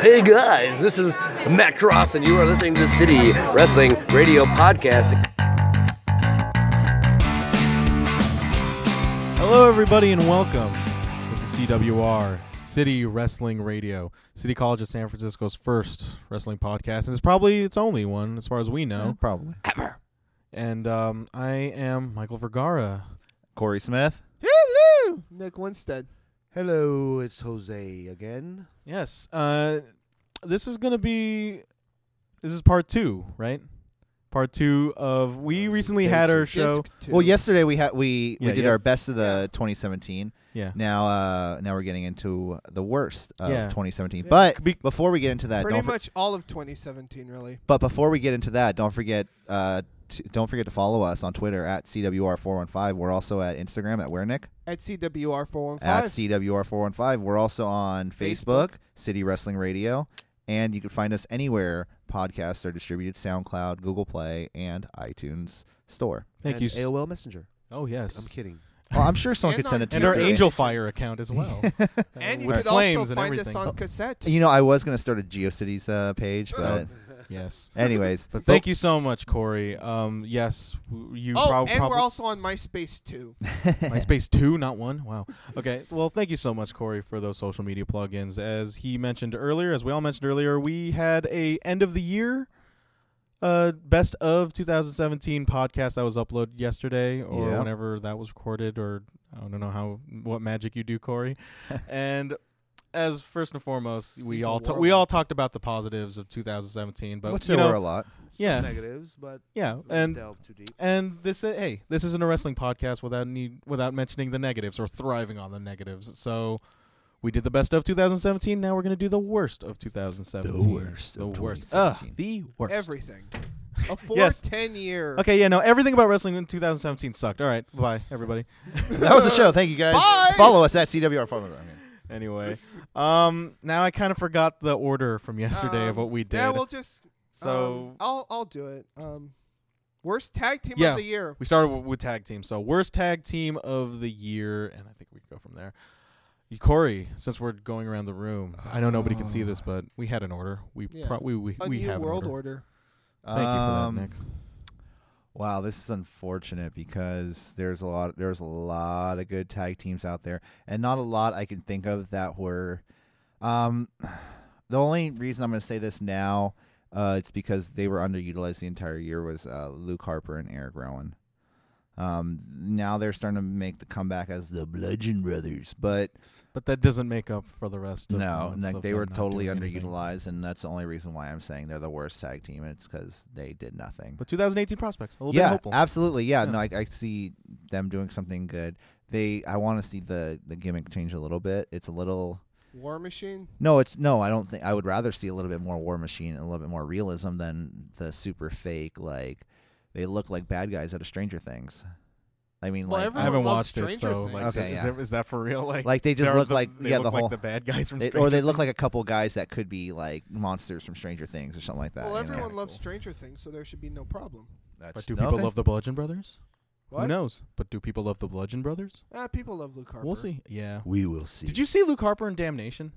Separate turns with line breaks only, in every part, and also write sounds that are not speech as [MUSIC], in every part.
Hey guys, this is Matt Cross, and you are listening to the City Wrestling Radio Podcast.
Hello, everybody, and welcome. This is CWR, City Wrestling Radio, City College of San Francisco's first wrestling podcast, and it's probably its only one, as far as we know.
Probably.
And um, I am Michael Vergara.
Corey Smith.
Hello, Nick Winstead.
Hello, it's Jose again.
Yes, uh, this is going to be this is part two, right? Part two of we recently had our show.
Disc two.
Well, yesterday we had we,
Yeah,
we did
yeah.
our best of the 2017.
Yeah,
Now uh now we're getting into the worst of
Yeah.
2017.
Yeah.
But
Be-
before we get into that,
Pretty
don't for-
much all of 2017, really.
but before we get into that, don't forget uh t- don't forget to follow us on Twitter at CWR415. We're also at Instagram at where Nick
At CWR 415.
at CWR415. We're also on Facebook, City Wrestling Radio, and you can find us anywhere podcasts are distributed: SoundCloud, Google Play, and iTunes Store.
thank
And
you. s-
AOL Messenger.
Oh yes,
I'm kidding.
Well, I'm sure someone
And
could send
our-
it to
and
you
our
through-
Angel Fire account as
[LAUGHS]
well.
and you
With
could
flames
also
and
find us
everything.
on cassette.
You know, I was gonna start a GeoCities uh, page, but
yes.
anyways,
But thank you so much, Corey. Um, yes, w- you
oh,
prob-
and
probably
we're also on MySpace
[LAUGHS]
too.
MySpace two, not one. Wow. Okay. Well, thank you so much, Corey, for those social media plugins. As he mentioned earlier, as we all mentioned earlier, we had a end of the year, uh, best of 2017 podcast that was uploaded yesterday or
Yeah.
whenever that was recorded, or I don't know how what magic you do,
[LAUGHS]
Corey. and as first and foremost, we
He's a
all ta-
warlock.
we all talked about the positives of 2017, but
which
you
there
know,
were a lot.
Yeah.
Some negatives, but
yeah,
we
and
delve too deep.
and this, uh, hey, this isn't a wrestling podcast without need without mentioning the negatives or thriving on the negatives. So we did the best of 2017. Now we're gonna do the worst of 2017.
The worst
The
of
worst. Ugh,
2017.
the worst.
Everything.
[LAUGHS]
A four
Yes.
ten year. Um,
okay, yeah, no, everything about wrestling in 2017 sucked. All right, bye everybody.
[LAUGHS] that was the show. Thank you guys.
Bye!
Follow us at CWR. Follow- I mean,
anyway, um, now I kind of forgot the order from yesterday of
Um,
what we did.
Yeah, we'll just.
so
um, I'll I'll do it. Um, worst tag team
Yeah.
of the year.
we started with, with tag team. So worst tag team of the year, and I think we can go from there. You- Corey, since we're going around the room, I know nobody can see this, but we had an order. We
Yeah.
pro- we we,
A
we
new
have an
world
order.
order.
Thank
um,
you for that, Nick.
Wow, this is unfortunate because there's a lot there's a lot of good tag teams out there, and not a lot I can think of that were. Um, [SIGHS] the only reason I'm going to say this now, uh, it's because they were underutilized the entire year was uh, Luke Harper and Eric Rowan. Um, now they're starting to make the comeback as the Bludgeon Brothers, but
But that doesn't make up for the rest. of the
no,
months
like
of
they
them
were
not
totally
doing anything.
underutilized, and that's the only reason why I'm saying they're the worst tag team. and It's because they did nothing
But 2018 prospects, a little
yeah,
bit hopeful.
absolutely. Yeah,
Yeah.
no, I, I see them doing something good. They, I want to see the the gimmick change a little bit. It's a little
War Machine.
no, it's no. I don't think I would rather see a little bit more War Machine and a little bit more realism than the super fake. Like they look like bad guys out of Stranger Things. I mean,
Well,
like
I
everyone
haven't
loves
watched it,
Stranger
so
Things.
like,
Okay,
is,
yeah.
it- is that for real? Like,
Like, they just
they're
look
the,
like-
they
yeah,
look
the
like
whole-
the bad guys from
they-
Stranger
or they
Things.
look like a couple guys that could be like monsters from Stranger Things or something like that.
well,
you
everyone
know?
loves Stranger Things, so there should be no problem.
That's,
But do
no,
people
okay.
love the Bludgeon Brothers? Who
What?
knows? But do people love the Bludgeon Brothers?
Ah, people love Luke Harper.
We'll see. Yeah.
We will see.
Did you see Luke Harper in Damnation?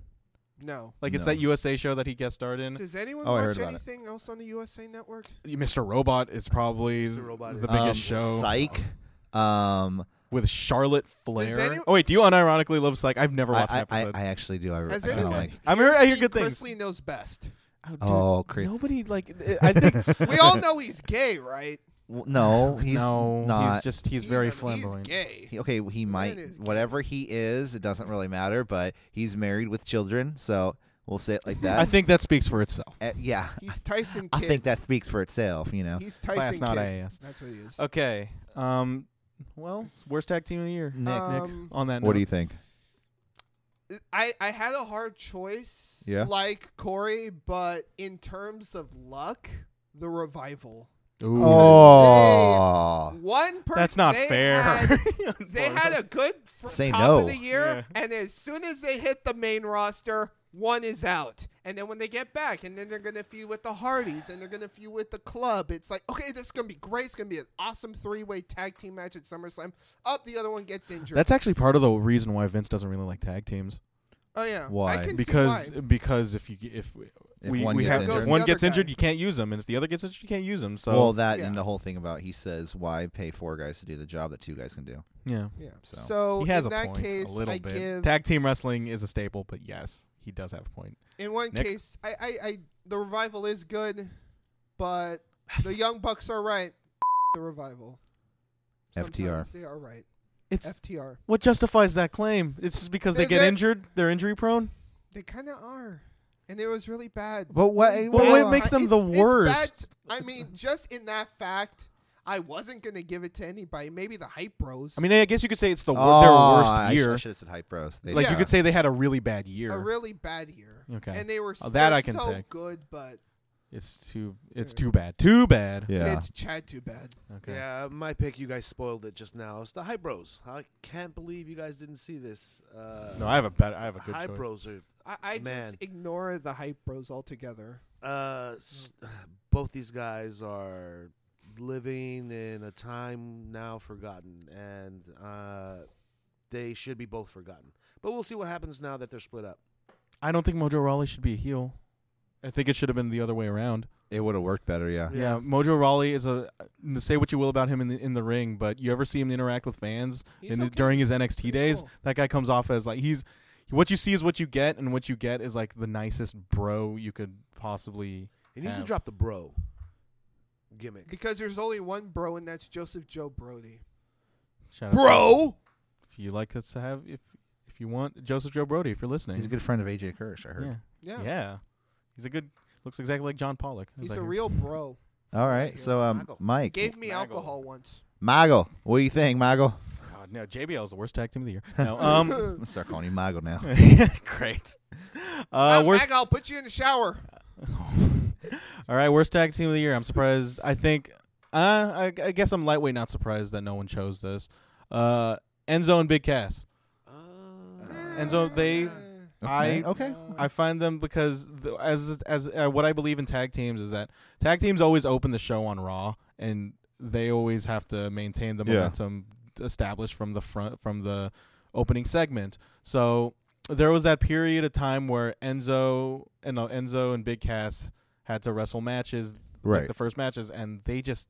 No.
Like it's
No.
that USA show that he guest starred in.
Does anyone
Oh, I heard
watch
about it.
anything else on the USA Network?
Mr. Robot is probably
Mr. Robot
the
is-
biggest
um,
show.
Psych. Um,
with Charlotte Flair.
anyone-
oh wait, do you unironically love Psych? I've never
I,
watched
I,
an
I,
episode.
I actually do. I,
Has
I kinda
anyone?
like.
I'm hear- I hear
UFC
good things.
Chrisley knows
[LAUGHS]
best.
Oh, dude,
Oh, creep.
nobody like I think
We all know he's gay, right?
Well,
[LAUGHS]
[LAUGHS] no, he's
no,
not.
he's just he's, very
a-
flamboyant.
He's gay.
He- okay, he might
is gay.
whatever he is. It doesn't really matter, but he's married with children, so we'll say it like
[LAUGHS]
that.
I think that speaks for itself.
Uh, yeah,
He's Tyson
I
Kidd.
think that speaks for itself. You know, Uh,
He's
Class
Tyson
not
Kidd.
AS.
That's what he is.
Okay. Um. Well, worst tag team of the year.
Nick,
Um,
On that.
what do
note.
you think?
I, I had a hard choice,
Yeah?
like Corey, but in terms of luck, the revival.
Ooh,
Oh,
One person.
that's not
they
fair.
Had,
[LAUGHS]
they had a good fr-
Say
top
no.
of the year,
Yeah.
and as soon as they hit the main roster, one is out. And then when they get back, and then they're gonna feud with the Hardys, and they're gonna feud with the Club. It's like, okay, this is gonna be great. It's gonna be an awesome three-way tag team match at SummerSlam. Up, the other one gets injured.
That's actually part of the reason why Vince doesn't really like tag teams.
Oh yeah.
Why?
I can
because
see why.
because if you if we
If
we,
one
we
gets
have
injured.
if one
Goes the
gets
other
injured,
guy.
you can't use them, and if the other gets injured, you can't use them. So
well, that
yeah.
and the whole thing about he says why pay four guys to do the job that two guys can do.
yeah,
yeah.
so.
So,
he has
in
a
that
point
case,
a little
I
bit.
give
Tag team wrestling is a staple, but yes, he does have a point.
in one
Nick?
case I, I I the revival is good, but
[LAUGHS]
the young bucks are right. The revival.
FTR.
Sometimes They are right.
It's
FTR.
what justifies that claim. It's just because they
Is
get
it-
injured, they're injury prone.
They kind of are, and it was really bad.
But what?
Really
Well,
bad.
what makes them
It's-
the
it's bad.
worst?
I mean, just in that fact, I wasn't gonna give it to anybody. Maybe the hype bros.
I mean, I guess you could say it's the wor- their
oh,
worst
I
year.
should have said hype bros. They
like you
Yeah.
could say they had a really bad year.
a really bad year.
Okay.
And they were
Oh,
still
that I can
so
take.
good, but
it's too it's too bad. Too bad.
yeah.
it's Chad too bad.
Okay.
Yeah, my pick. You guys spoiled it just now. It's the High Bros. I can't believe you guys didn't see this. Uh,
No, I have a better. I have a good
High
choice.
Bros are
I, I
Man.
just ignore the hype bros altogether.
uh, s- [SIGHS] both these guys are living in a time now forgotten, and uh, they should be both forgotten. But we'll see what happens now that they're split up.
I don't think Mojo Rawley should be a heel. I think it should have been the other way around.
It would have worked better. Yeah.
Yeah, Mojo Rawley is a. uh, Say what you will about him in the in the ring, but you ever see him interact with fans
He's
in
okay.
during his NXT
Pretty
days?
cool.
That guy comes off as like he's. What you see is what you get, and what you get is like the nicest bro you could possibly.
He needs
Yeah.
to drop the bro gimmick.
Because there's only one bro, and that's Joseph Joe Brody.
Shout out
Bro,
if you like us to have if if you want Joseph Joe Brody, if you're listening,
He's a good friend of AJ Kirsch. I heard.
yeah.
yeah,
yeah, he's a good. Looks exactly like John Pollock. as
he's
I
a
hear.
real bro.
All right. So, um,
Michael.
Mike,
Gave me
Maggle.
alcohol once.
Mago, what do you think, Mago?
God, no, JBL is the worst tag team of
[LAUGHS]
the year. No, um, [LAUGHS]
I'm gonna start calling you Mago now.
great.
Uh,
Uh, worst.
Mag, I'll put you in the shower.
[LAUGHS] All right, worst tag team of the year. I'm surprised. I think. Uh, I, I guess I'm lightweight. Not surprised that no one chose this. Uh, Enzo and Big Cass.
Uh,
And so they- I-
Mm.
Okay. okay.
I find them because the, as as uh, what I believe in tag teams is that tag teams always open the show on Raw and they always have to maintain the
Yeah.
momentum established from the front from the opening segment. So there was that period of time where Enzo and uh, Enzo and Big Cass had to wrestle matches like
Right.
the first matches and they just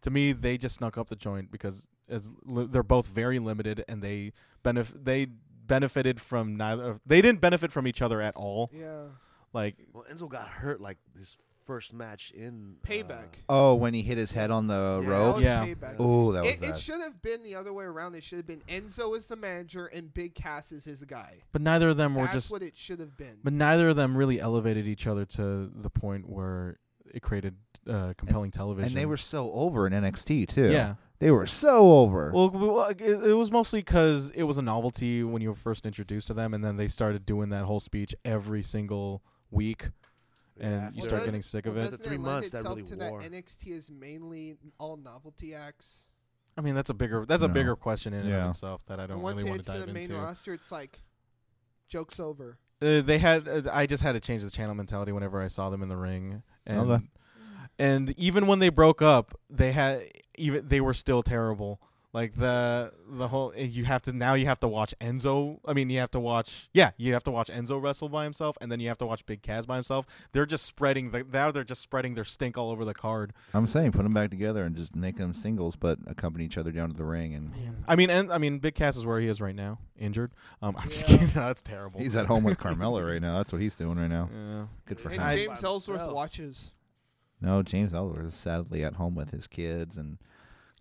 to me they just snuck up the joint because as li- they're both very limited and they benef- they benefited from neither they didn't benefit from each other at all
yeah,
like
well, Enzo got hurt like his first match in uh,
payback.
Oh, when he hit his head on the
Yeah.
That
rope.
was
Yeah.
payback.
Oh, that was
It,
bad.
it should have been the other way around. It should have been Enzo is the manager and Big Cass is his guy.
but neither of them were
That's
just
what it should have been.
but neither of them really elevated each other to the point where it created uh, compelling television
and they were so over in NXT too.
yeah
They were so over.
well w- well, it, it was mostly because it was a novelty when you were first introduced to them and then they started doing that whole speech every single week and
Yeah,
you
after-
start
does-
getting sick of
well,
it
The
doesn't
three
lend
months that
itself
really
to
wore.
That NXT is mainly all novelty acts.
I mean, that's a bigger that's a
No.
bigger question in and
Yeah.
of itself that I don't
and once
really
it
want
hits
to dive
to the main
into.
roster, it's like jokes over.
Uh, they had uh, I just had to change the channel mentality whenever I saw them in the ring, and
Okay.
and even when they broke up, they had even they were still terrible. Like the the whole eh, you have to now you have to watch Enzo. I mean, you have to watch yeah, you have to watch Enzo wrestle by himself, and then you have to watch Big Kaz by himself. They're just spreading the, now they're just spreading their stink all over the card.
I'm saying put them back together and just make them singles, but accompany each other down to the ring. And
I mean, and I mean, Big Cass is where he is right now, injured. Um, I'm just
Yeah.
kidding. [LAUGHS] That's terrible.
he's at home with Carmella right now. That's what he's doing right now.
yeah.
Good for
And
him.
I-
James
By
Ellsworth
himself.
watches.
no, James Ellsworth is sadly at home with his kids, and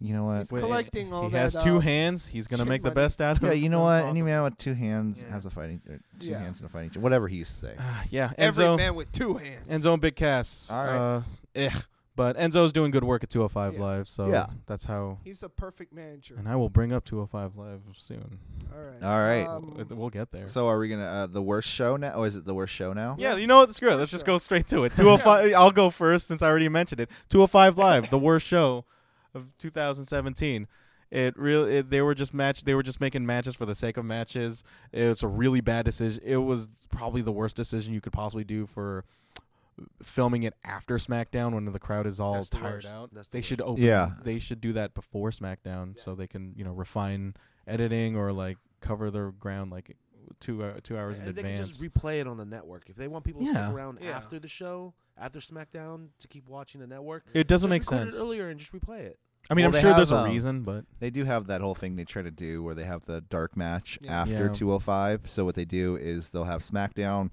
you know what?
He's collecting all
he
that,
has two
uh,
hands. He's gonna
shit
make the
money.
best out of.
Yeah,
it.
you know what? Any man with two hands
Yeah.
has a fighting, or two
Yeah.
hands and a fighting. chance. Whatever he used to say.
yeah.
Every
Enzo,
man with two hands.
Enzo and Big Cass.
All right.
Uh, eh. But Enzo's doing good work at 205
Yeah.
Live, so
Yeah.
that's how.
He's a perfect manager.
And I will bring up 205 Live soon.
All right.
All right.
We'll-
Um,
we'll get there.
So are we gonna uh, the worst show now? Oh, is it the worst show now?
yeah, you know what? Screw it. Let's just
Sure.
go straight to it. 205. I'll go first since I already mentioned it. 205 Live, the worst show of 2017. It really it, they were just match they were just making matches for the sake of matches. It was a really bad decision. It was probably the worst decision you could possibly do for filming it after SmackDown when the crowd is all
That's the
tired
worst.
out.
That's the
they should
worst.
open.
Yeah.
they should do that before SmackDown so they can you know refine editing or like cover their ground like two uh, two hours in
and they can
advance.
just replay it on the network if they want people to
Yeah.
stick around
Yeah.
after the show, after SmackDown, to keep watching the network.
it doesn't
just
make
record it
sense.
earlier and just replay it.
I mean,
Well,
I'm
they
sure there's
have,
a
um,
reason, but
They do have that whole thing they try to do where they have the dark match
Yeah.
after
Yeah.
205. So what they do is they'll have SmackDown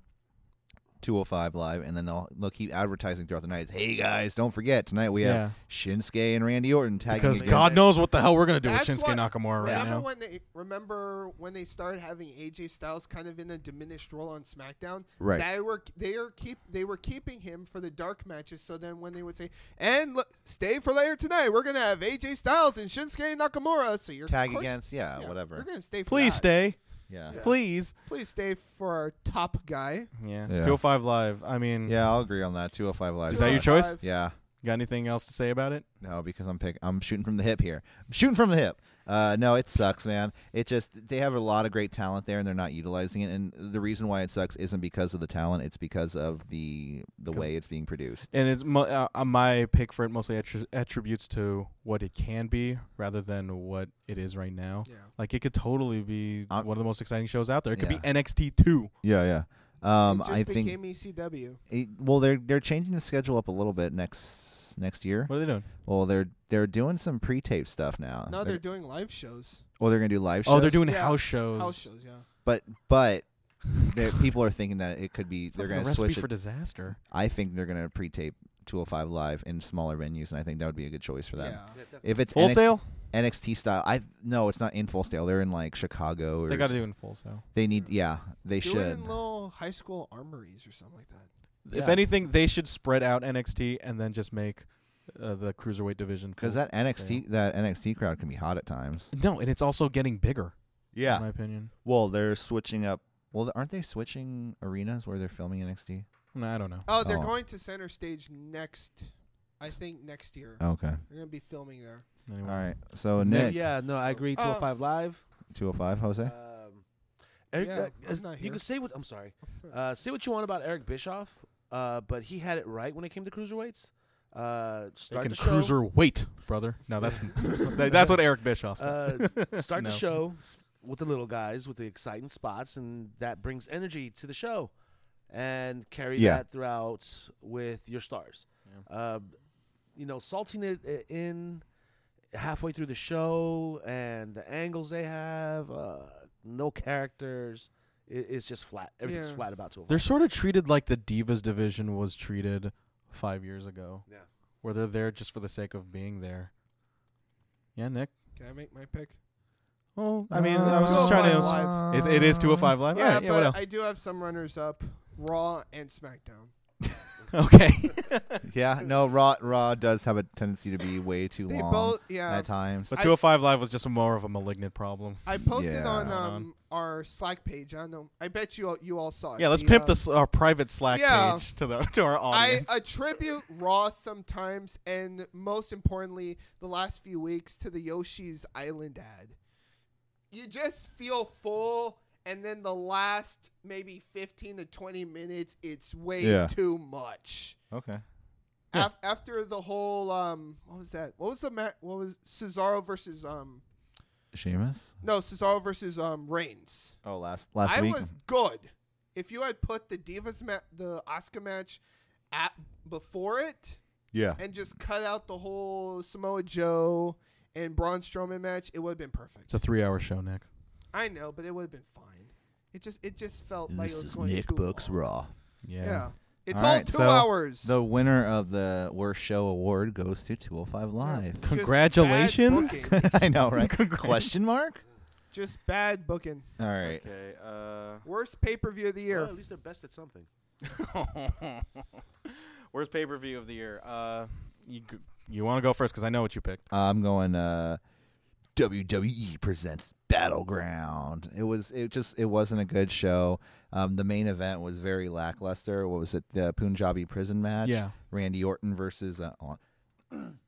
205 live, and then they'll they'll keep advertising throughout the night. Hey guys, don't forget tonight we
Yeah.
have Shinsuke and Randy Orton tagging
because
against-
God knows what the hell we're gonna do
That's
with Shinsuke
what-
Nakamura right
remember
now.
when they remember when they started having AJ Styles kind of in a diminished role on SmackDown?
Right.
They were they are keep they were keeping him for the dark matches. So then when they would say, "And look, stay for later tonight, we're gonna have AJ Styles and Shinsuke Nakamura," so you're
tag
of course-
against, yeah,
yeah, You're
whatever,
gonna stay. For
Please
that.
stay,
yeah.
Yeah.
please.
Please stay for our top guy.
Yeah.
Yeah.
205 live. I mean,
Yeah, I'll agree on that. 205 live.
Is that your choice?
205.
Yeah.
got anything else to say about it?
No, because I'm pick I'm shooting from the hip here. I'm shooting from the hip. Uh, no, it sucks, man. It just they have a lot of great talent there, and they're not utilizing it. And the reason why it sucks isn't because of the talent; it's because of the the way it's being produced.
And it's mo- uh, uh, my pick for it mostly attri- attributes to what it can be rather than what it is right now.
Yeah.
Like it could totally be
I'm-
one of the most exciting shows out there. It could
Uh, Yeah.
be NXT two.
Yeah, yeah. Um,
it just
I
became E
think
ECW.
it, well, they're they're changing the schedule up a little bit next next year.
What are they doing?
Well, they're they're doing some pre-tape stuff now.
No, they're doing live shows,
well, they're gonna do live shows.
Oh, they're doing
Yeah.
house shows.
house shows. Yeah.
but but they're-
[LAUGHS]
people are thinking that it could be
Sounds
they're
like a
gonna
recipe
switch it
for disaster.
I think they're going to pre-tape 205 live in smaller venues, and I think that would be a good choice for them.
Yeah.
If it's
Full
NX
sale.
NXT style, I no, it's not in full sale. They're in like Chicago. Or
They got to do it in full sale.
They need, yeah, they
Do it
should.
in little high school armories or something like that.
If
Yeah.
anything, they should spread out NXT and then just make uh, the cruiserweight division
Because
full
that
s-
NXT that NXT crowd can be hot at times.
sale. No, and it's also getting bigger. in my opinion.
Well, they're switching up. Well, aren't they switching arenas where they're filming NXT?
No, I don't know.
Oh, they're
Oh.
going to center stage next. I think next year.
Oh.
Okay.
They're gonna be filming there.
Anyway.
All right. So
No,
Nick,
yeah, no, I agree.
Uh,
205 Live.
205 Jose.
Um, Eric,
Yeah,
uh,
I'm not
You
here.
can say what I'm sorry. Uh, say what you want about Eric Bischoff, uh, but he had it right when it came to cruiserweights. Uh,
They
start
can
the show.
cruiser wait, brother. No, that's [LAUGHS] that- that's what Eric Bischoff said.
uh, start
No.
the show with the little guys with the exciting spots, and that brings energy to the show, and carry
Yeah.
that throughout with your stars. Um, you know, salting it i- in halfway through the show, and the angles they have, uh, no characters. It, it's just flat. Everything's
Yeah.
flat about to.
They're sort of treated like the Divas division was treated five years ago.
Yeah.
Where they're there just for the sake of being there. Yeah, Nick.
Can I make my pick?
Well, I mean, I was just trying to.
Uh,
It, it is two oh five live. All right, yeah,
but
what else?
I do have some runners up, Raw and SmackDown.
okay.
Yeah, no, Raw Raw does have a tendency to be way too
They
long
both, yeah.
at times.
But
I-
205 Live was just more of a malignant problem.
I posted
Yeah.
on
Hold
um our Slack page. I don't know. I bet you all, you all saw it.
Yeah, let's pimp
uh,
this our private Slack
yeah.
page to the to our
I
audience.
attribute Raw sometimes, and most importantly, the last few weeks to the Yoshi's Island ad. You just feel full, and then the last maybe 15 to 20 minutes, it's way
Yeah.
too much.
Okay.
Af- after the whole, um, what was that? What was the ma- What was Cesaro versus um?
Sheamus.
No, Cesaro versus um Reigns.
Oh, last last
I
week.
was good. If you had put the Divas ma- the Oscar match at before it
yeah.
and just cut out the whole Samoa Joe and Braun Strowman match, it would have been perfect.
it's a three hour show, Nick.
I know, but it would have been fine. It just it just felt like it was going too long.
Raw.
Yeah.
Yeah. It's
All
all,
right,
two
so
hours.
The winner of the worst show award goes to 205 Live.
Just
Congratulations.
bad booking.
[LAUGHS] I know,
[LAUGHS]
right? Question mark?
just bad booking.
All right.
Okay. Uh, [LAUGHS]
Worst pay per view of the
Well,
year.
at least they're best at something.
Worst pay per view of the year. Uh, you g- you want to go first because I know what you picked.
I'm going uh WWE presents Battleground. It was it just it wasn't a good show. Um, the main event was very lackluster. What was it? The Punjabi prison match.
Yeah.
Randy Orton versus uh, hold [CLEARS THROAT] on.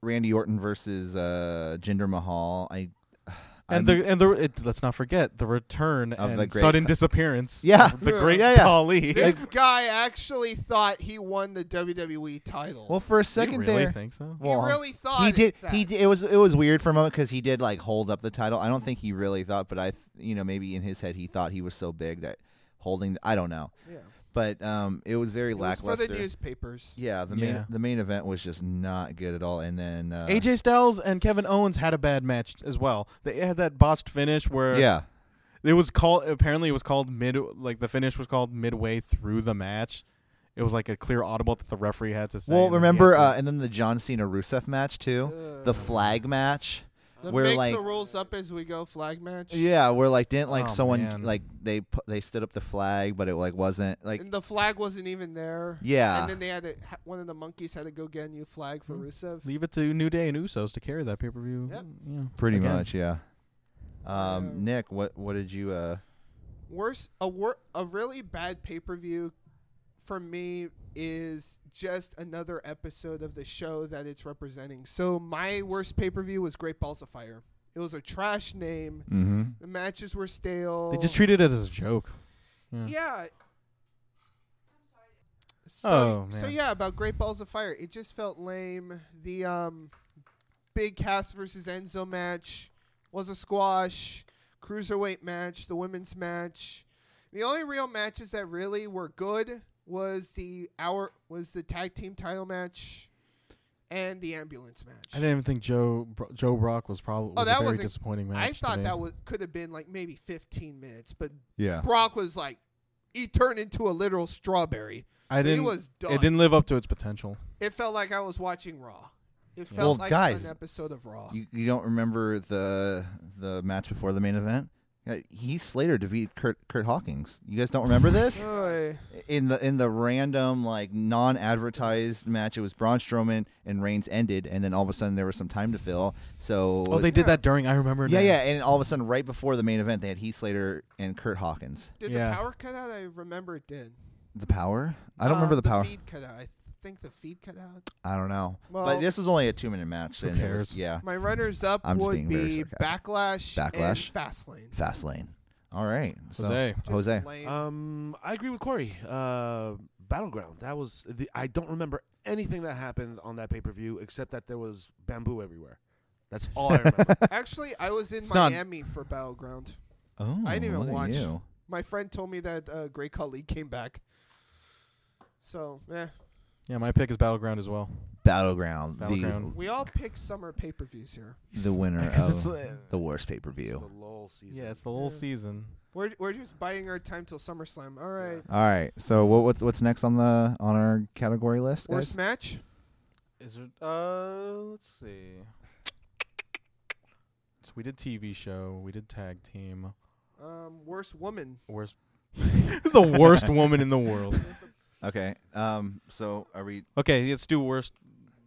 Randy Orton versus uh Jinder Mahal. I
And
I'm-
the and the it, let's not forget the return
Of
and
the great
sudden
Ka-
disappearance.
Yeah.
of the
Yeah.
great
Yeah, yeah.
Khali.
This guy actually thought he won the WWE title.
Well, for a
You
second
really
there,
think so?
well,
he really thought
he
it-
did.
that.
He did, it was it was weird for a moment because he did like hold up the title. I don't think he really thought, but I th- you know maybe in his head he thought he was so big that holding. I don't know,
Yeah.
but um, it was very
It was for
lackluster.
the newspapers.
yeah, the main
Yeah.
the main event was just not good at all. And then uh,
AJ Styles and Kevin Owens had a bad match as well. They had that botched finish where
yeah,
it was called apparently it was called mid like the finish was called midway through the match. It was like a clear audible that the referee had to say.
Well,
and then he
remember,
had
uh, and then the John Cena Rusev match too, the flag match,
The
where
make
like,
the rules up as we go flag match.
yeah, where like didn't like
Oh,
someone
man.
like they pu- they stood up the flag, but it like wasn't like
And the flag wasn't even there.
Yeah.
And then they had to, ha- one of the monkeys had to go get a new flag
Mm-hmm.
for Rusev.
to leave it to New Day and Usos to carry that pay per view.
Yep.
Yeah,
pretty
again.
much, yeah. Um,
Yeah.
Nick, what what did you? Uh,
Worse, a wor- a really bad pay per view for me is just another episode of the show that it's representing. So my worst pay per view was Great Balls of Fire. It was a trash name.
mm-hmm.
The matches were stale.
They just treated it as a joke. Mm.
Yeah. So,
Oh,
So
man.
yeah, about Great Balls of Fire, it just felt lame. The um, big Cass versus Enzo match was a squash. Cruiserweight match, the women's match. The only real matches that really were good was the hour was the tag team title match and the ambulance match.
I didn't even think Joe Bro- Joe Brock was probably
Oh, that
a very
was a-
disappointing match.
I thought
today. Oh.
that was could have been like maybe 15 minutes, but
Yeah,
Brock was like he turned into a literal strawberry.
I
So he
didn't.
was done.
It didn't live up to its potential.
It felt like I was watching Raw. It felt
Well,
like
guys,
an episode of Raw.
you, you don't remember the the match before the main event? Yeah, Heath Slater defeated Kurt Kurt Hawkins. You guys don't remember
[LAUGHS]
this?
Oy.
in the in the random like non-advertised match, it was Braun Strowman and Reigns ended, and then all of a sudden there was some time to fill. So
Oh, they did that during. I remember.
yeah
now.
yeah, and all of a sudden right before the main event, they had Heath Slater and Kurt Hawkins.
did
Yeah.
the power cut out? I remember it did.
The power? I don't
Uh,
remember the, power.
feed cut out. I think the feed cut out.
I don't know.
Well-
but this was only a two-minute match.
Who
and it was-
cares?
yeah,
My runners up
I'm just
would
being very
be Backlash,
Backlash.
and Fastlane.
fast lane. All right, so,
Jose.
Just
Jose.
lame.
Um, I agree with Corey. Uh, Battleground. That was the. I don't remember anything that happened on that pay per view except that there was bamboo everywhere. That's all I
[LAUGHS]
remember.
Actually, I was in
It's not-
Miami for Battleground.
Oh,
I didn't even
look at
watch.
you.
My friend told me that uh, Great Khali came back. So, eh.
Yeah, my pick is Battleground as well.
Battleground,
Battleground.
we all pick summer pay per views here.
the the
[LAUGHS]
winner
'Cause it's,
of
uh,
Oh, the worst pay per
It's
view.
the lull season.
yeah, it's the whole
Yeah.
season.
We're, we're just buying our time till SummerSlam. All right.
All right, so what, what's what's next on the on our category list? guys?
Worst match?
Is it? Uh, let's see. So we did TV show. We did tag team.
Um, worst woman.
[LAUGHS] Worst. Who's the worst woman in the world?
Okay. Um. So are we?
Okay, let's do worst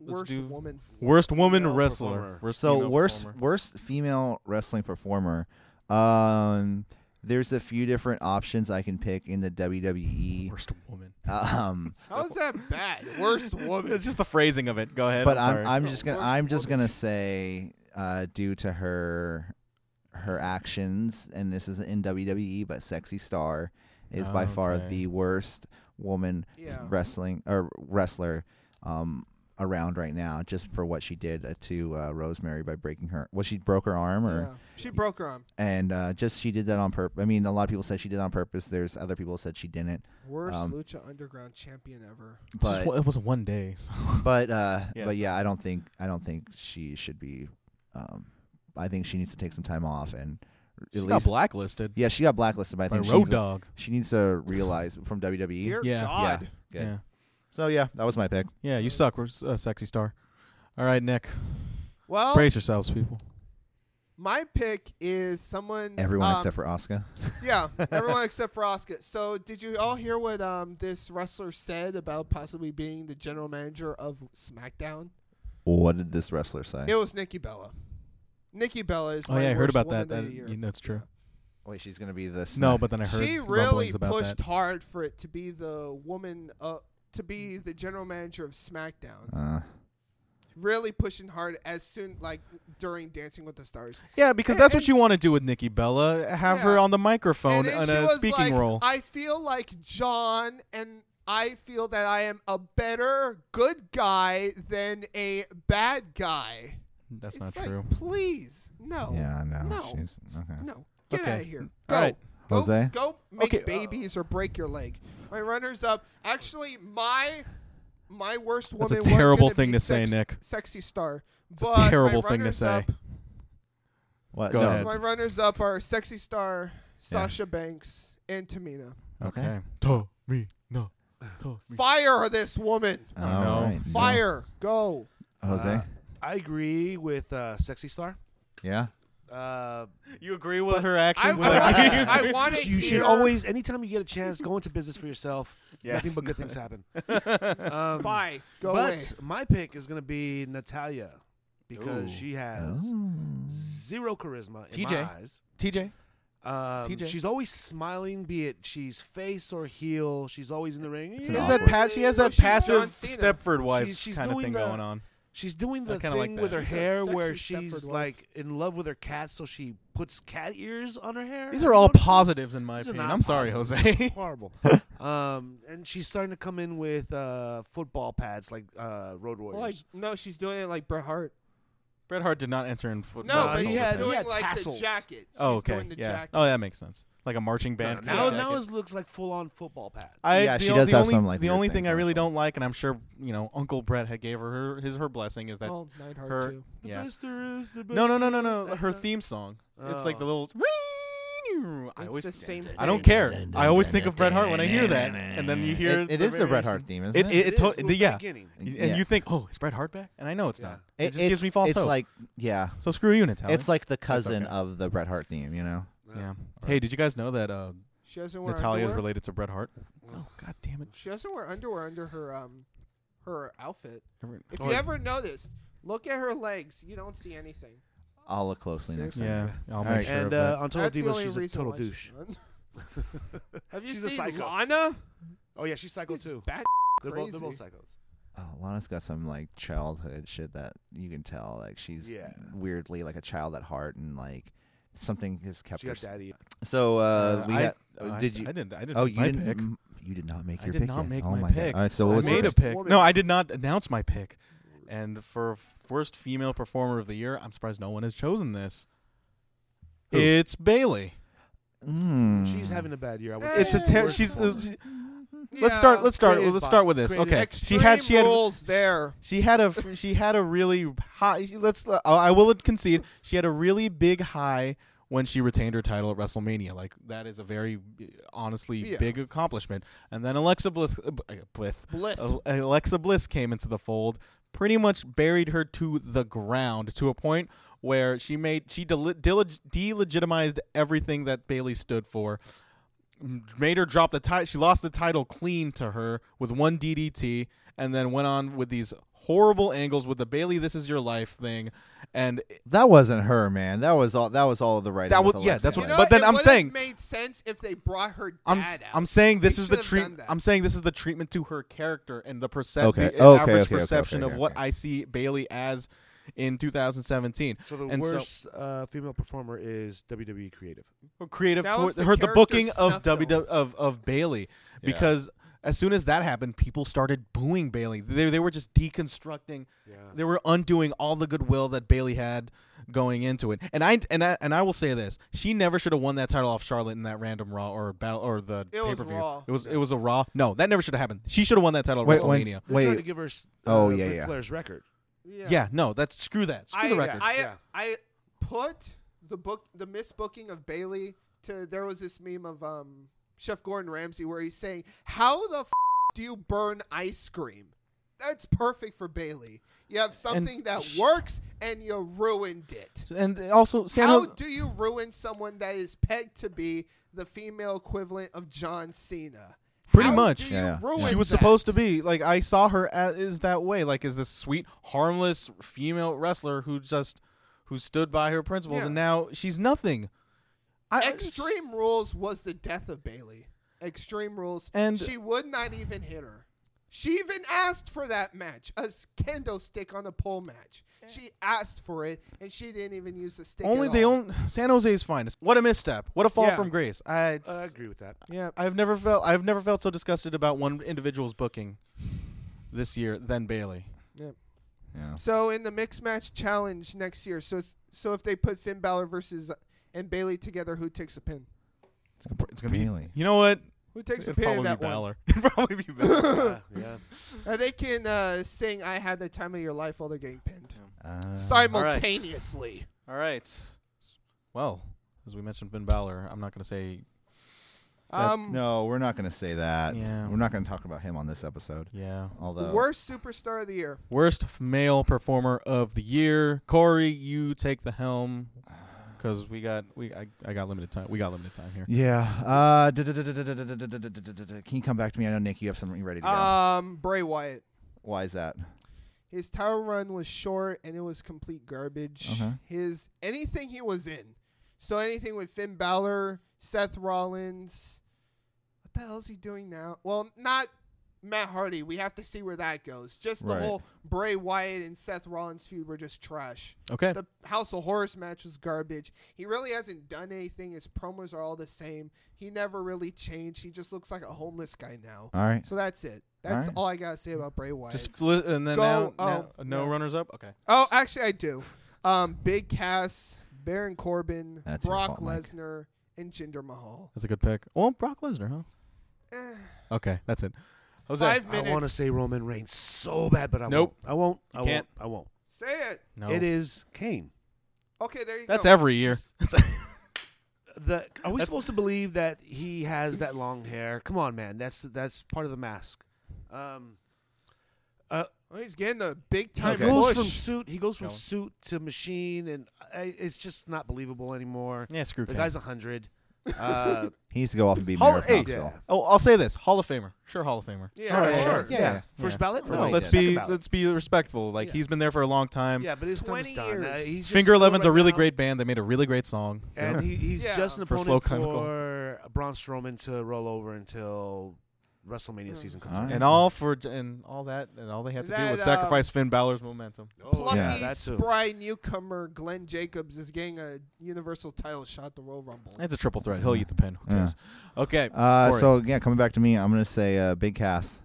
Let's
worst
do-
woman. [LAUGHS]
worst woman
Female
wrestler.
performer.
Worst
So
female
worst
performer.
worst female wrestling performer. Um. There's a few different options I can pick in the WWE.
worst woman.
Uh,
Um.
How's that bad? [LAUGHS] Worst
[LAUGHS]
woman.
It's just the phrasing of it. Go ahead.
But
I'm,
I'm
sorry.
I'm just gonna
Worst
I'm just
woman.
gonna say uh due to her her actions and this isn't in WWE but Sexy Star is by far
Oh, Okay.
the worst woman
Yeah.
wrestling or wrestler um around right now just for what she did uh, to uh, Rosemary by breaking her well she broke her arm or
Yeah. She broke her arm.
and uh, just she did that on purpose. I mean, a lot of people said she did it on purpose. There's other people said she didn't,
Worst
Um,
Lucha Underground champion ever.
It's just
but
one- it was one day.
[LAUGHS]
So.
but uh,
Yeah,
but
so-
yeah, I don't think I don't think she should be. Um, I think she needs to take some time off and
She
at
got
least
blacklisted
yeah, she got blacklisted. But I
by
think she
Road
needs, to-
Dog.
she needs to realize from WWE.
Dear
Yeah.
God.
Yeah. Good.
Yeah, Mm,
So yeah, that was my pick.
yeah. You suck. We're s- a sexy star. All right, Nick.
Well,
Brace yourselves, people.
my pick is someone.
Everyone
um,
except for Oscar. [LAUGHS]
yeah, everyone except for Oscar. So, did you all hear what um this wrestler said about possibly being the general manager of SmackDown?
What did this wrestler say?
It was Nikki Bella. Nikki Bella is.
Oh
my
yeah, I heard
worst
about
woman
that. That
of the year.
you know, it's true.
Wait, she's gonna be this.
No, but then I heard
she really
rumblings about
pushed
that.
hard for it to be the woman uh, to be the general manager of SmackDown.
Uh,
really pushing hard as soon like during Dancing with the Stars.
Yeah, because
And-
that's what
and-
you want to do with Nikki Bella. Have her
Yeah.
on the microphone in
And then she
Oh, a
was
speaking
like,
role.
I feel like John, and I feel that I am a better good guy than a bad guy.
that's not
It's like,
true.
[LAUGHS] Please, no.
Yeah, I know.
No.
She's, okay.
No, get
Okay.
out of here. Go.
All right.
Go,
Jose?
go make
Okay, uh,
babies or break your leg. My runner's up. Actually, my my worst woman.
That's a
was gonna
terrible
be
thing to say,
sex-
Nick.
Sexy star. It's
a terrible thing to say.
What?
Go
no.
ahead.
My runners up are sexy star Sasha Banks and Tamina.
Okay.
Okay.
To me no. To Oh, me.
Fire this woman.
Oh,
Oh, no.
right, no.
Fire. Go.
Jose?
Uh, I agree with uh, Sexy Star.
yeah.
Uh,
You agree with her actions?
I- I
Like- [LAUGHS]
wanna- I wanna
[LAUGHS] you should
hear-
always, anytime you get a chance, go into business for yourself.
[LAUGHS] Yes.
Nothing but good things happen.
[LAUGHS]
um,
Bye. Go
but
away.
my pick is going to be Natalia because
Ooh.
she has
Oh.
zero charisma in
TJ.
my eyes.
TJ.
Um,
TJ.
She's always smiling, be it she's face or heel. She's always in the ring.
an
She has
awkward-
that pass. She has
No,
that
she's
passive
John Cena.
Stepford wife
She's- she's
kind of
doing
thing
the-
going on.
She's doing
I
the
kinda
thing
like that.
with her
She's a
hair
sexy
where
Stepford
she's
wife.
like in love with her cat, so she puts cat ears on her hair.
These
Have
are
you
all
noticed this?
positives in my
These are
opinion.
not
I'm sorry,
positives.
Jose.
[LAUGHS]
Horrible. um, and she's starting to come in with uh, football pads like uh, Road Warriors.
Like no, she's doing it like Bret Hart.
Bret Hart did not enter in
No,
football.
No,
but
he
she's
had- he
doing
had
like
tassels.
the jacket. She's
oh, okay.
doing the
yeah.
jacket.
Oh, that makes sense. Like a marching
No,
band.
no, now, now it looks like full on football pads.
I,
Yeah,
the
she
o-
does
the
have
only,
some, like,
the
weird
only thing
things
I
on her
really
shoulder.
don't like, and I'm sure you know Uncle Brett had gave her her- his her blessing is that
well, Neidhart
her
too.
the
yeah
best there is, the best
no no no
there
no
is.
no
That's
her
a-
theme song it's
Oh.
like the little I
It's
always
the same
I don't care I always think of Bret Hart when I hear that and then you hear
It, it is the Bret
variation.
Hart theme, isn't
It-
it?
It
it to-
is, was
the-
the
yeah.
beginning.
and
Yeah.
you think oh is Bret Hart back and I know it's
Yeah.
not
It-
it, just
it-
gives me false
It's
hope
like, yeah.
so screw you Natalia
It's like the cousin
okay.
of the Bret Hart theme, you know?
yeah hey did you guys know that uh,
She doesn't wear
Natalia is
underwear.
related to Bret Hart oh god damn it
She doesn't wear underwear under her um her outfit.
Everyone-
If
Oh,
you ever noticed, look at her legs. You don't see anything.
I'll look closely next time.
yeah I'll make
Alright.
sure of
And
that.
uh, on Total
That's the
Divas,
only
she's a
reason
total
why she's
douche.
[LAUGHS]
on. Have you
She's a
seen
psycho.
Lana?
Oh yeah, she's psycho
She's
too.
bat
They're both, they're both
crazy.
psychos.
Oh, Lana's got some like childhood shit that you can tell. Like she's
Yeah.
weirdly like a child at heart, and like something has kept
She
her.
got daddy.
So uh,
Uh,
we
I-
had,
oh, I
did
s-
you?
I didn't. I didn't.
oh,
make
you
my
didn't.
Pick.
m- You did not make
I
your
did
pick.
not
yet.
make
oh
my
my God.
pick.
All right, so
I
what was your
made a
pick?
pick?
pick.
Woman.
No, I did not announce my pick. And for f- worst female performer of the year, I'm surprised no one has chosen this.
Who?
It's Bailey.
Mm.
She's having a bad year. I would
Hey.
say
It's a
the
ter-
worst
she's.
performer.
uh, she- Let's start. Let's start.
Created
Let's
by-
start with this.
created-
Okay. She
Extreme
had. She had.
rules there.
She had a. f- She had a really high. Let's. I- I will concede. She had a really big high when she retained her title at WrestleMania. Like that is a very, uh, honestly,
Yeah.
big accomplishment. And then Alexa Bliss. uh, b- uh, Bliss.
Bliss.
Al- Alexa Bliss came into the fold, pretty much buried her to the ground to a point where she made she deli- dele- delegitimized everything that Bailey stood for. M- Made her drop the title. She lost the title clean to her with one DDT, and then went on with these horrible angles with the Bailey "This Is Your Life" thing, and
That wasn't her, man. That was all. That was all the right.
That was- yeah, that's
You
what-
know,
but then
it
I'm
would've
saying-
made sense if they brought her dad
I'm
out.
s- I'm saying this
They
is the
should've done
treat.
that.
I'm saying this is the treatment to her character and the perception,
Okay.
the
Okay, okay,
average
okay, okay,
perception
okay,
of what
okay.
I see Bailey as in 2017.
So the
And so-
worst uh, female performer is WWE creative.
or creative
That
toward,
was the
her the
character
booking of
snuff film.
WW of of Bailey because as soon as that happened, people started booing Bailey. They they were just deconstructing.
Yeah.
They were undoing all the goodwill that Bailey had going into it. And I and I and I will say this: she never should have won that title off Charlotte in that random Raw or battle or the
It was
pay per view.
Raw.
It was it was a Raw. No, that never should have happened. She should have won that title at
Wait,
WrestleMania.
wait,
They're trying to
wait.
give her. s- Uh,
Oh, yeah,
Ric
yeah.
Flair's record.
yeah. no, that's screw that. Screw
I,
the record.
I,
Yeah.
I put the book, the misbooking of Bailey to. There was this meme of um, Chef Gordon Ramsay where he's saying, "How the f- do you burn ice cream?" That's perfect for Bailey. You have something that
sh-
works, and you ruined it.
and also, Sam.
How do you ruin someone that is pegged to be the female equivalent of John Cena?
Pretty
How
much.
do you
Yeah.
ruin
she was
that?
supposed to be like I saw her at, is that way like is this sweet harmless female wrestler who just who stood by her principles
Yeah.
and now she's nothing. I,
Extreme Rules was the death of Bailey. Extreme Rules,
And-
she would not even hit her. She even asked for that match, a s- kendo stick on a pole match. She asked for it, and she didn't even use the stick.
Only
at
the
all.
only San Jose's finest. What a misstep! What a fall
Yeah.
from grace! I
I agree with
[LAUGHS]
that.
yeah, I've never felt I've never felt so disgusted about one individual's booking this year than Bailey.
Yeah.
So in the mixed match challenge next year, so so if they put Finn Balor versus uh, and Bailey together, who takes a pin?
It's gonna- It's gonna be Bailey.
You know what?
Who takes
It'd
a pin
probably
in
be
that one?
Balor. It'd probably be Balor.
Yeah, yeah.
Uh, they can uh, sing "I Had the Time of Your Life" while they're getting pinned
Uh,
simultaneously.
All right. Well, as we mentioned, Finn Balor. I'm not gonna say
that-
Um,
no, we're not gonna say that.
Yeah.
We're not gonna talk about him on this episode.
yeah.
Although
Worst superstar of the year.
Worst male performer of the year, Corey. You take the helm because we got we I, I got limited time. We got limited time here.
Yeah. Uh, duh, duh, duh, duh, duh, duh, duh, duh, duh, duh, duh, duh, duh, duh. Can you come back to me? I know Nick, you have something ready to
Uh,
go.
Um, Bray Wyatt.
Why is that?
His title run was short and it was complete garbage.
Okay.
His anything he was in, so anything with Finn Balor, Seth Rollins. What the hell is he doing now? Well, not Matt Hardy. We have to see where that goes. Just the
Right.
whole Bray Wyatt and Seth Rollins feud were just trash.
Okay.
The House of Horrors match was garbage. He really hasn't done anything. His promos are all the same. He never really changed. He just looks like a homeless guy now.
All right.
So that's it. That's
Alright.
all I gotta say about Bray Wyatt.
Just fli and then
Go-
now, now-
oh,
no
yeah.
runners up. Okay.
Oh, actually, I do. Um, Big Cass, Baron Corbin,
That's your
Brock
fault, Mike.
Lesnar, and Jinder Mahal.
That's a good pick. Well, Brock Lesnar, huh?
Eh,
Okay, that's it. Jose,
five
I
minutes.
want to say Roman Reigns so bad, but I
Nope.
won't. I won't. I won't.
can't.
I won't.
say it.
no,
It is Kane.
Okay, there you
That's
go.
every year.
The, are we
That's-
supposed to believe that he has that long hair? Come on, man. That's that's part of the mask. Um,
Well, he's getting a big
he
time
goes
push.
from suit. He goes from
Going.
suit to machine, and I, it's just not believable anymore.
yeah, screw
The
Kane.
guy's
[LAUGHS]
a hundred. Uh,
He needs to go off and be
Hall-
Mayor of
hey,
Knoxville.
yeah.
Oh, I'll say this: Hall of Famer, sure, Hall of Famer.
yeah,
Sure,
sure.
sure.
Yeah. yeah.
first ballot.
No,
Let's,
he
let's
didn't.
be
Second ballot.
let's be respectful. Like
Yeah.
he's been there for a long time.
yeah, but his time's
20
done. Uh,
years.
he's just
Finger
still
Eleven's a
right
really
now-
great band. They made a really great song.
and he, he's
Yeah.
just an
For
opponent
Slow Chemical.
for Braun Strowman to roll over until WrestleMania
Mm.
season comes.
All
around.
right.
and all for and all that and all they had to do
That,
was
uh,
sacrifice Finn Balor's momentum.
Oh,
Plucky,
Yeah.
that too.
spry newcomer Glenn Jacobs is getting a Universal title shot at the Royal Rumble.
It's a triple threat. He'll eat the pin. Who cares? Okay.
Uh,
Corey.
so yeah, coming back to me, I'm gonna say uh, Big Cass.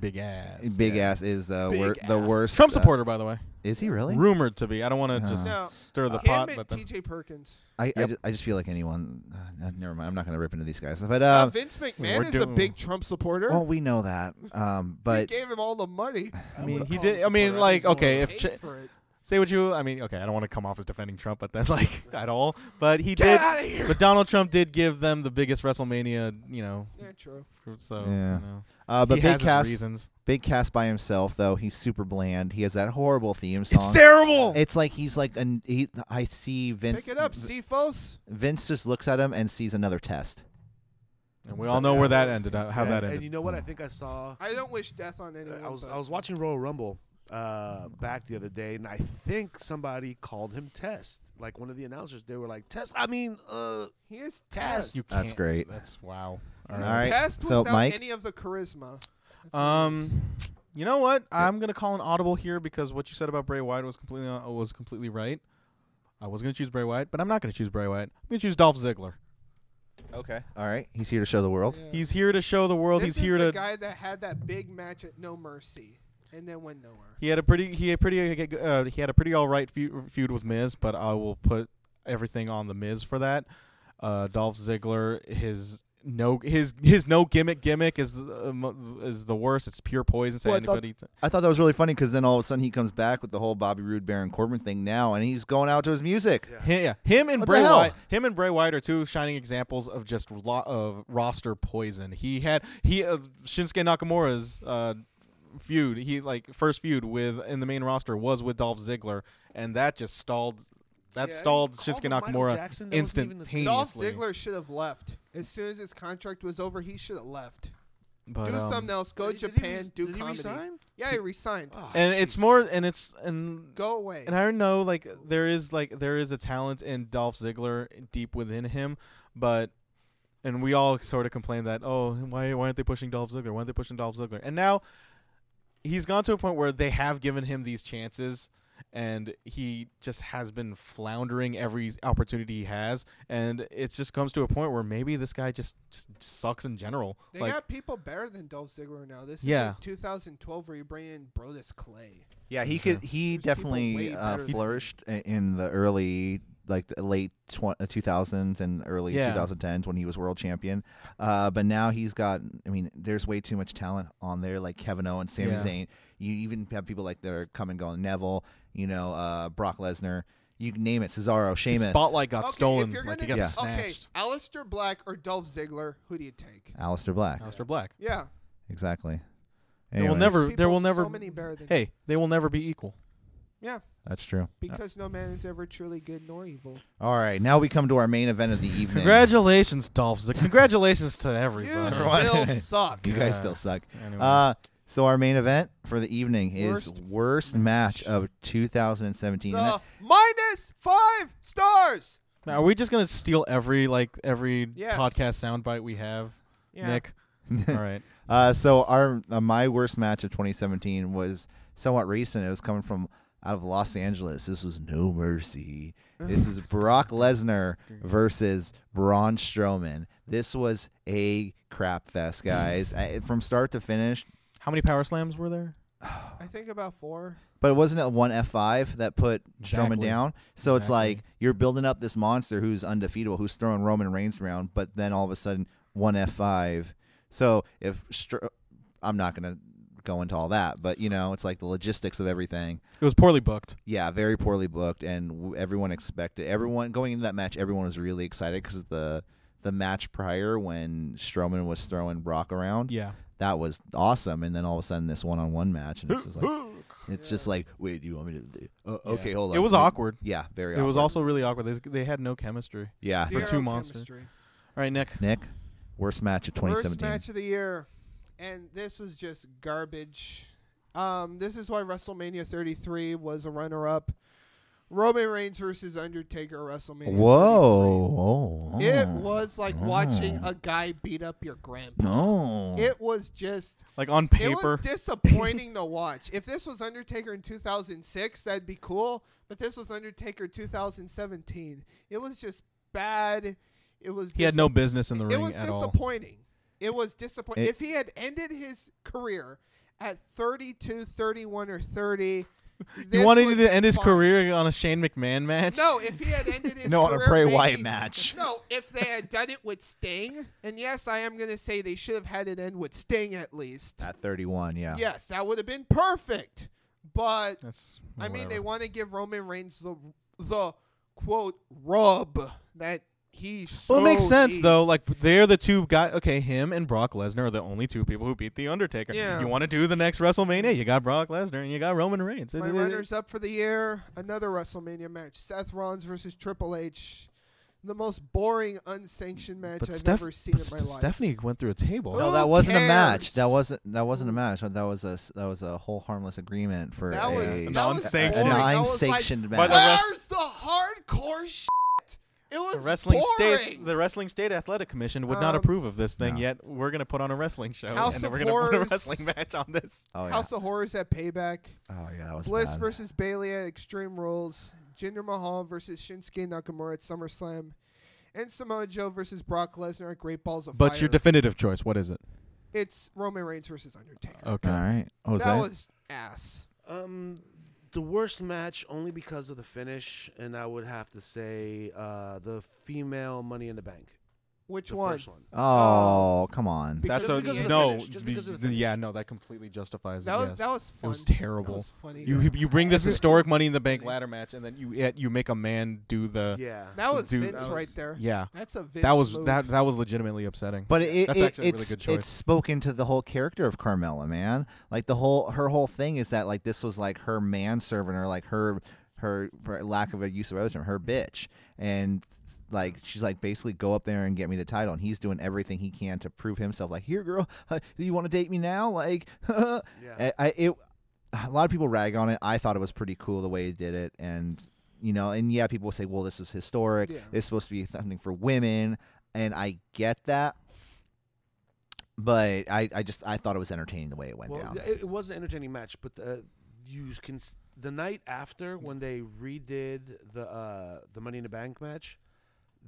big ass.
Big
Yeah.
ass is the
Big
wor- the
ass.
worst.
Trump
uh,
supporter, by the way.
Is he really?
Rumored to be. I don't want to
Uh.
just
No.
stir the
Him
pot,
and
but the,
T.J. Perkins.
I, I,
Yep.
just, I just feel like anyone. Uh, never mind. I'm not gonna rip into these guys. But
Uh,
uh,
Vince
we're
McMahon is a
doing- Oh,
big Trump supporter.
well, we know that. Um,
he
but
gave him all the money.
I mean,
wouldn't
he
call him
did. I mean,
supporter. I think
like,
he's more
okay,
of
if
Paid
ch-
for it.
say what you. I mean, okay, I don't want to come off as defending Trump, but then [LAUGHS] like at all. But he
Get
did.
out of here.
But Donald Trump did give them the biggest WrestleMania. You know,
Yeah, true.
so
Yeah.
you know.
uh, but
he
Big
has his
Cass,
reasons.
Big Cass by himself though, he's super bland. He has that horrible theme song.
It's terrible.
It's like he's like an. He, I see Vince.
Pick it up, Cephos.
Vince just looks at him and sees another test.
and we all know where that ended. up. How
and,
that
And
ended.
you know what? I think I saw.
I don't wish death on anyone.
I was
Mm. but-
I was watching Royal Rumble uh, back the other day, and I think somebody called him Test. Like one of the announcers, they were like Test. I mean, uh,
He is
Taz,
Taz.
You
That's
can't-
great.
That's wow.
All
He's
right.
Taz
So,
without
Mike?
any of the charisma. That's what it is.
Um, you know what? I'm gonna call an audible here because what you said about Bray Wyatt was completely uh, was completely right. I was gonna choose Bray Wyatt, but I'm not gonna choose Bray Wyatt. I'm gonna choose Dolph Ziggler.
Okay. All right. He's here to show the world.
Yeah.
He's here to show the world.
This
he's here
is
to.
the guy that had that big match at No Mercy and then went nowhere.
He had a pretty he had pretty uh, he had a pretty all right feud, feud with Miz, but I will put everything on the Miz for that. Uh, Dolph Ziggler, his no his his no gimmick gimmick is uh, mo- is the worst. It's pure poison. to
Well, I thought-
anybody.
I thought that was really funny because then all of a sudden he comes back with the whole Bobby Roode, Baron Corbin thing now, and he's going out to his music.
Yeah.
Him, yeah, him and
What the
Bray
hell?
Wyatt, him and Bray Wyatt are two shining examples of just lo- of roster poison. He had he uh, Shinsuke Nakamura's uh, feud. He like first feud with in the main roster was with Dolph Ziggler, and that just stalled. That
Yeah,
stalled
you called
Shinsuke
him Michael
Nakamura
Jackson, that wasn't even a thing.
instantaneously.
Dolph Ziggler should have left. As soon as his contract was over, he should have left.
But,
do
um,
something else. Go
Did he- did he
Japan.
res-
do
did he
comedy.
resign?
yeah, he resigned.
Oh,
and it's
jeez.
more and it's and
Go away.
and I know like there is like there is a talent in Dolph Ziggler deep within him, but and we all sort of complain that oh why why aren't they pushing Dolph Ziggler? Why aren't they pushing Dolph Ziggler? And now he's gone to a point where they have given him these chances and he just has been floundering every opportunity he has and it just comes to a point where maybe this guy just just sucks in general
They
like
got people better than Dolph Ziggler now. This
Yeah.
is in 2012 where you bring in Brodus Clay.
Yeah, he
Sure.
could. He
There's people way
definitely
better
uh,
than him.
flourished i- in the early, like the late uh, two thousands and early
Yeah.
two thousand tens when he was world champion. Uh, but now he's got. I mean, there's way too much talent on there, like Kevin Owens, Sami
Yeah.
Zayn. You even have people like that are coming, going Neville. You know, uh, Brock Lesnar. You can name it, Cesaro,
the
Sheamus,
spotlight got
okay,
stolen
If you're
like
gonna,
he got
Yeah.
Okay,
snatched
Aleister Black or Dolph Ziggler, who do you take?
Aleister Black.
Aleister Black
Yeah.
Exactly.
They Oh. will
Anyways,
never
People
there will never
So many better than
hey they will never be equal
Yeah,
That's true.
because no man is ever truly good nor evil.
All right, now we come to our main event
[LAUGHS]
of the evening.
congratulations Dolph Ziggler. congratulations to
You
everybody
still suck.
You guys
Yeah.
still suck.
Anyway.
Uh, so our main event for the evening is
Worst
worst, match of 2017. And
The minus five stars.
Now, are we just gonna steal every like every
Yes.
podcast soundbite we have
Yeah.
Nick
[LAUGHS]
all
that-
right
uh, so our uh, my worst match of 2017 was somewhat recent. It was coming from out of Los Angeles. This was No Mercy. This is Brock Lesnar versus Braun Strowman. This was a crap fest, guys. I, from start to finish,
how many power slams were there
I think about four.
But it wasn't it one F five that put
Exactly.
Strowman down. So it's
Exactly.
like you're building up this monster who's undefeatable, who's throwing Roman Reigns around, but then all of a sudden one F five. So if Stro- I'm not gonna go into all that, but you know, it's like the logistics of everything.
it was poorly booked
Yeah, very poorly booked, and w- everyone expected everyone going into that match. Everyone was really excited because the the match prior when Strowman was throwing Brock around
yeah
that was awesome. And then all of a sudden, this one-on-one match, and it's just like, it's just like, wait, you want me to? Uh, okay, hold on.
It was
Wait.
awkward.
Yeah, very.
It was
awkward.
also really awkward. They, they had no chemistry.
Yeah.
For
Zero
two monsters.
chemistry.
All right, Nick.
Nick, worst match of
Worst
2017.
match of the year, and this was just garbage. Um, this is why WrestleMania 33 was a runner-up. Roman Reigns versus Undertaker WrestleMania. 33.
Whoa! Oh.
It was like watching
Oh.
a guy beat up your grandpa.
no.
It was just
Like on
it was
paper,
disappointing
[LAUGHS]
to watch. If this was Undertaker in 2006, that'd be cool, but this was Undertaker 2017. It was just bad. It was
he had
dis-
no business in the
It
ring
was
at all.
disappointing. It was disappointing.
It-
If he had ended his career at 32, 31 or 30,
[LAUGHS] You
this
wanted
would
him
be
to end his
fine.
career on a Shane McMahon match?
No, if he had
[LAUGHS]
ended his
No, on a
career,
Bray
maybe-
Wyatt match.
No, if they had done it with Sting, and yes, I am going to say they should have had it end with Sting at least.
At 31, yeah.
Yes, that would have been perfect. But
That's.
I mean, they
whatever.
want to give Roman Reigns the the quote rub that he. So
Well, it makes sense
needs.
though. Like they're the two guys. Okay, him and Brock Lesnar are the only two people who beat the Undertaker.
Yeah.
You want to do the next WrestleMania? You got Brock Lesnar and you got Roman Reigns.
my
It- it-
runners up for the year, another WrestleMania match: Seth Rollins versus Triple H. The most boring unsanctioned match
but
I've
Steph-
ever seen
but
in my
Ste-
life.
Stephanie went through a table.
No,
Who
that wasn't a match.
cares?
That wasn't that wasn't a match. That was a s- that was a whole harmless agreement for
That was,
a,
that
non-sanctioned.
Was
a
boring. That was like,
non-sanctioned
By
match.
the ref-
Where's the hardcore shit? It was
The wrestling
boring.
state, the wrestling state athletic commission would not
Um,
approve of this thing.
No.
Yet we're gonna put on a wrestling show,
House
and then
of
we're gonna put a
Horrors.
wrestling match on this.
oh, yeah.
House of Horrors at Payback.
oh yeah, that was
Bliss
bad.
versus Bailey at Extreme Rules. Jinder Mahal versus Shinsuke Nakamura at SummerSlam. And Samoa Joe versus Brock Lesnar at Great Balls of
But
Fire.
your definitive choice, what is it?
it's Roman Reigns versus Undertaker.
Okay.
All right. Oh, was
that,
that?
was ass.
Um, the worst match only because of the finish, and I would have to say uh, the female Money in the Bank.
Which
the
one?
first one.
Oh, come on.
Because-
That's a
because of the
no.
finish, just because of the
be- yeah, no, that completely justifies
That
it.
was
yes.
that was
It
fun.
was
That
terrible.
was funny.
you you bring this
Every-
historic Money in the Bank ladder match, and then you yet you make a man do the
Yeah.
[LAUGHS] That was
Dude,
Vince
that was-
right there.
yeah.
That's a Vince.
That was
move.
that that was legitimately upsetting.
But it,
That's
it,
actually a really
it's
good choice.
it's spoken to the whole character of Carmella, man. Like the whole her whole thing is that like this was like her manservant or like her her for lack of a use of other term, her bitch, and like she's like basically go up there and get me the title, and he's doing everything he can to prove himself. Like here, girl, [LAUGHS] uh, you want to date me now? Like, [LAUGHS] I, I it a lot of people rag on it. I thought it was pretty cool the way he did it, and you know, and yeah, people say, "Well, this is historic.
Yeah.
It's supposed to be something for women," and I get that. but I, I just I thought it was entertaining the way it went
Well,
down.
It, it was an entertaining match, but the, you can s- the night after when they redid the uh, the Money in the Bank match,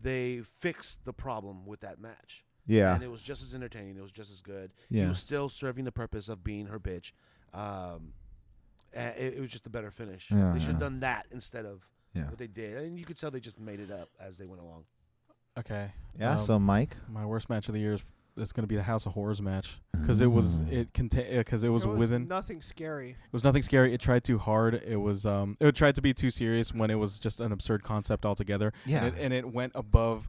they fixed the problem with that match.
yeah,
and it was just as entertaining. It was just as good. He
Yeah.
was still serving the purpose of being her bitch. Um, and it, it was just a better finish.
Yeah,
they should have
yeah.
done that instead of
Yeah.
what they did, and you could tell they just made it up as they went along.
Okay.
yeah.
Um,
so Mike,
my worst match of the year is, is going to be the House of Horrors match because it was it contain because Mm. it was
There
within
nothing scary.
it was nothing scary. It tried too hard. It was um it tried to be too serious when it was just an absurd concept altogether.
Yeah.
and it, and it went above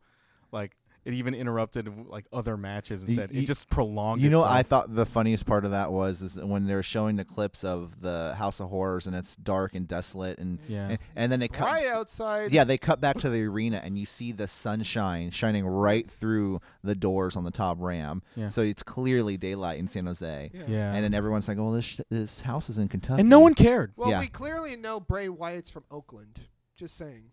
like. It even interrupted like other matches and
Y-
said
y-
it just prolonged.
you know,
itself.
I thought the funniest part of that was is when they're showing the clips of the House of Horrors and it's dark and desolate and
Yeah.
and, and then they cut.
Cry outside.
Yeah, they cut back to the arena and you see the sunshine shining right through the doors on the top ram.
Yeah.
So it's clearly daylight in San Jose.
yeah,
And then everyone's like, "Well, this sh- this house is in Kentucky."
and no one cared.
Well,
Yeah.
we clearly know Bray Wyatt's from Oakland. Just saying.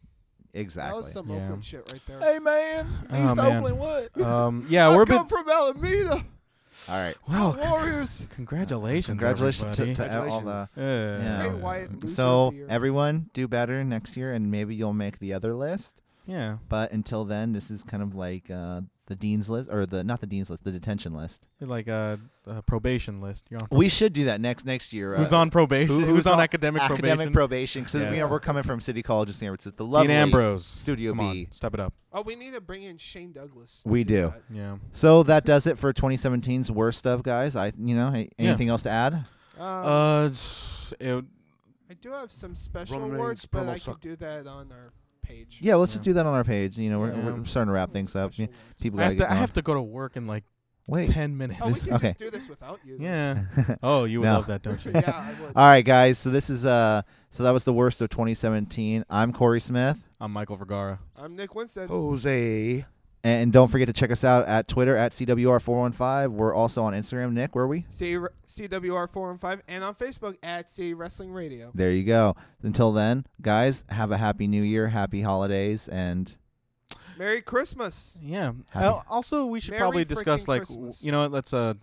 That was
exactly.
some
Yeah.
Oakland shit right there.
Hey man,
Oh,
East
man.
Oakland, what?
Um, [LAUGHS] yeah, we're a
I
bit.
come from Alameda.
All right.
Well, c-
Warriors.
congratulations,
Congratulations to,
everybody.
to all the.
Congratulations.
yeah.
Bray
Yeah.
Wyatt. Loser of
So
the year.
everyone, do better next year, and maybe you'll make the other list.
yeah,
But until then, this is kind of like uh, the dean's list, or the not the dean's list, the detention list.
like a, a probation list. You're on
We should do that next next year.
Who's
uh,
on probation?
who-
who's, on, academic,
academic
probation?
probation? Because
Yes.
you know we're coming from City College of San Francisco. The
Dean
lovely
Ambrose,
Studio
Come on,
B.
step it up.
Oh, we need to bring in Shane Douglas. to
We do.
that.
Yeah.
So that does it for 2017's worst stuff, guys. I you know hey,
Yeah.
anything else to add?
Um,
Uh, s- it,
I do have some special
Roman
awards,
Reigns
but
promo
I could
suck.
do that on our page.
Yeah, let's
Yeah.
just do that on our page. You know, we're,
Yeah.
we're starting to wrap things up.
Special awards.
People,
I have
gotta
to.
get
I
going.
have to go to work in like
uh, wait.
ten minutes.
Oh, we
This-
can
okay.
just do this without you. then.
[LAUGHS] yeah. Oh, you would
No.
love that, don't you?
Yeah,
[LAUGHS]
I would.
All right, guys. So this is uh, so that was the worst of 2017. I'm Corey Smith,
I'm Michael Vergara.
I'm Nick Winstead.
oh. Jose
and don't forget to check us out at Twitter at CWR415. We're also on Instagram. Nick, where are we?
C- CWR 4 and 5 and on Facebook at C Wrestling Radio.
There you go. Until then, guys, have a happy New Year, happy holidays, and
Merry Christmas.
Yeah.
Happy-
Al- Also, we should
Merry
probably discuss
freaking
like w-
Christmas.
you know what, let's uh,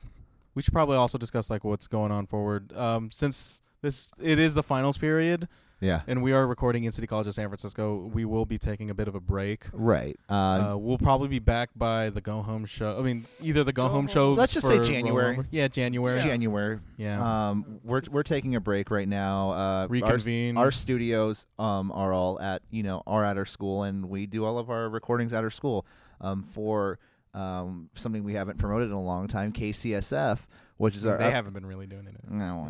we should probably also discuss like what's going on forward. Um, since this it is the finals period
yeah,
and we are recording in City College of San Francisco, we will be taking a bit of a break.
right. Uh,
Uh, we'll probably be back by the go home show. I mean, either the go,
Go
home
home.
show.
Let's just say
for
January.
rollover- Yeah, January. Yeah.
January. Um, we're we're taking a break right now. Uh, our,
Reconvene.
our studios um are all at you know are at our school, and we do all of our recordings at our school. Um, for um something we haven't promoted in a long time, KCSF, which is our
they
up-
haven't been really doing it.
uh, No, Oh,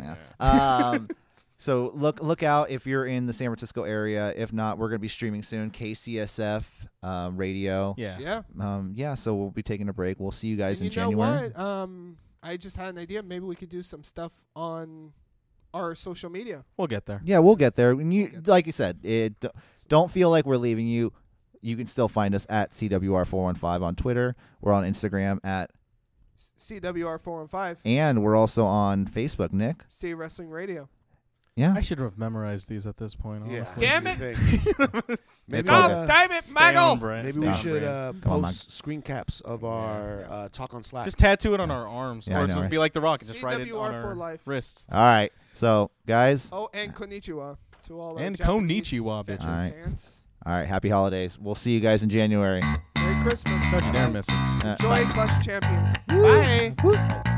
yeah. Um, [LAUGHS] so look look out if you're in the San Francisco area. If not, we're gonna be streaming soon. KCSF um, radio.
Yeah.
Yeah.
Um, yeah. So we'll be taking a break. We'll see you guys
and
in
you
January.
know what? Um, I just had an idea. Maybe we could do some stuff on our social media.
We'll get there.
Yeah, we'll get there. And you,
get
like I said, it, d- don't feel like we're leaving you. You can still find us at CWR415 on Twitter. We're on Instagram at,
CWR 4 and 5.
and we're also on Facebook, Nick.
C Wrestling Radio.
Yeah.
I should have memorized these at this point.
Yeah.
Honestly.
Damn it.
Maybe,
[LAUGHS] It's all
uh,
good.
damn it,
Oh, Stay on
Michael!
brand.
maybe
Stay
we
on
should
brand.
uh,
Come on, Mike.
post screen caps of our uh, talk on Slack.
just tattoo it on our arms,
Yeah, I
or
know,
just
right?
be like the Rock and just write it
CWR
on
for
our
life.
wrists.
All right. So, guys, all
Oh, and Konnichiwa to all our
And
Japanese
konnichiwa,
fans.
bitches.
Alright.
Fans.
right. Happy holidays. We'll see you guys in January.
Merry Christmas.
Don't you dare miss it.
Uh,
Joy Clutch Champions.
Woo.
Bye.
Woo.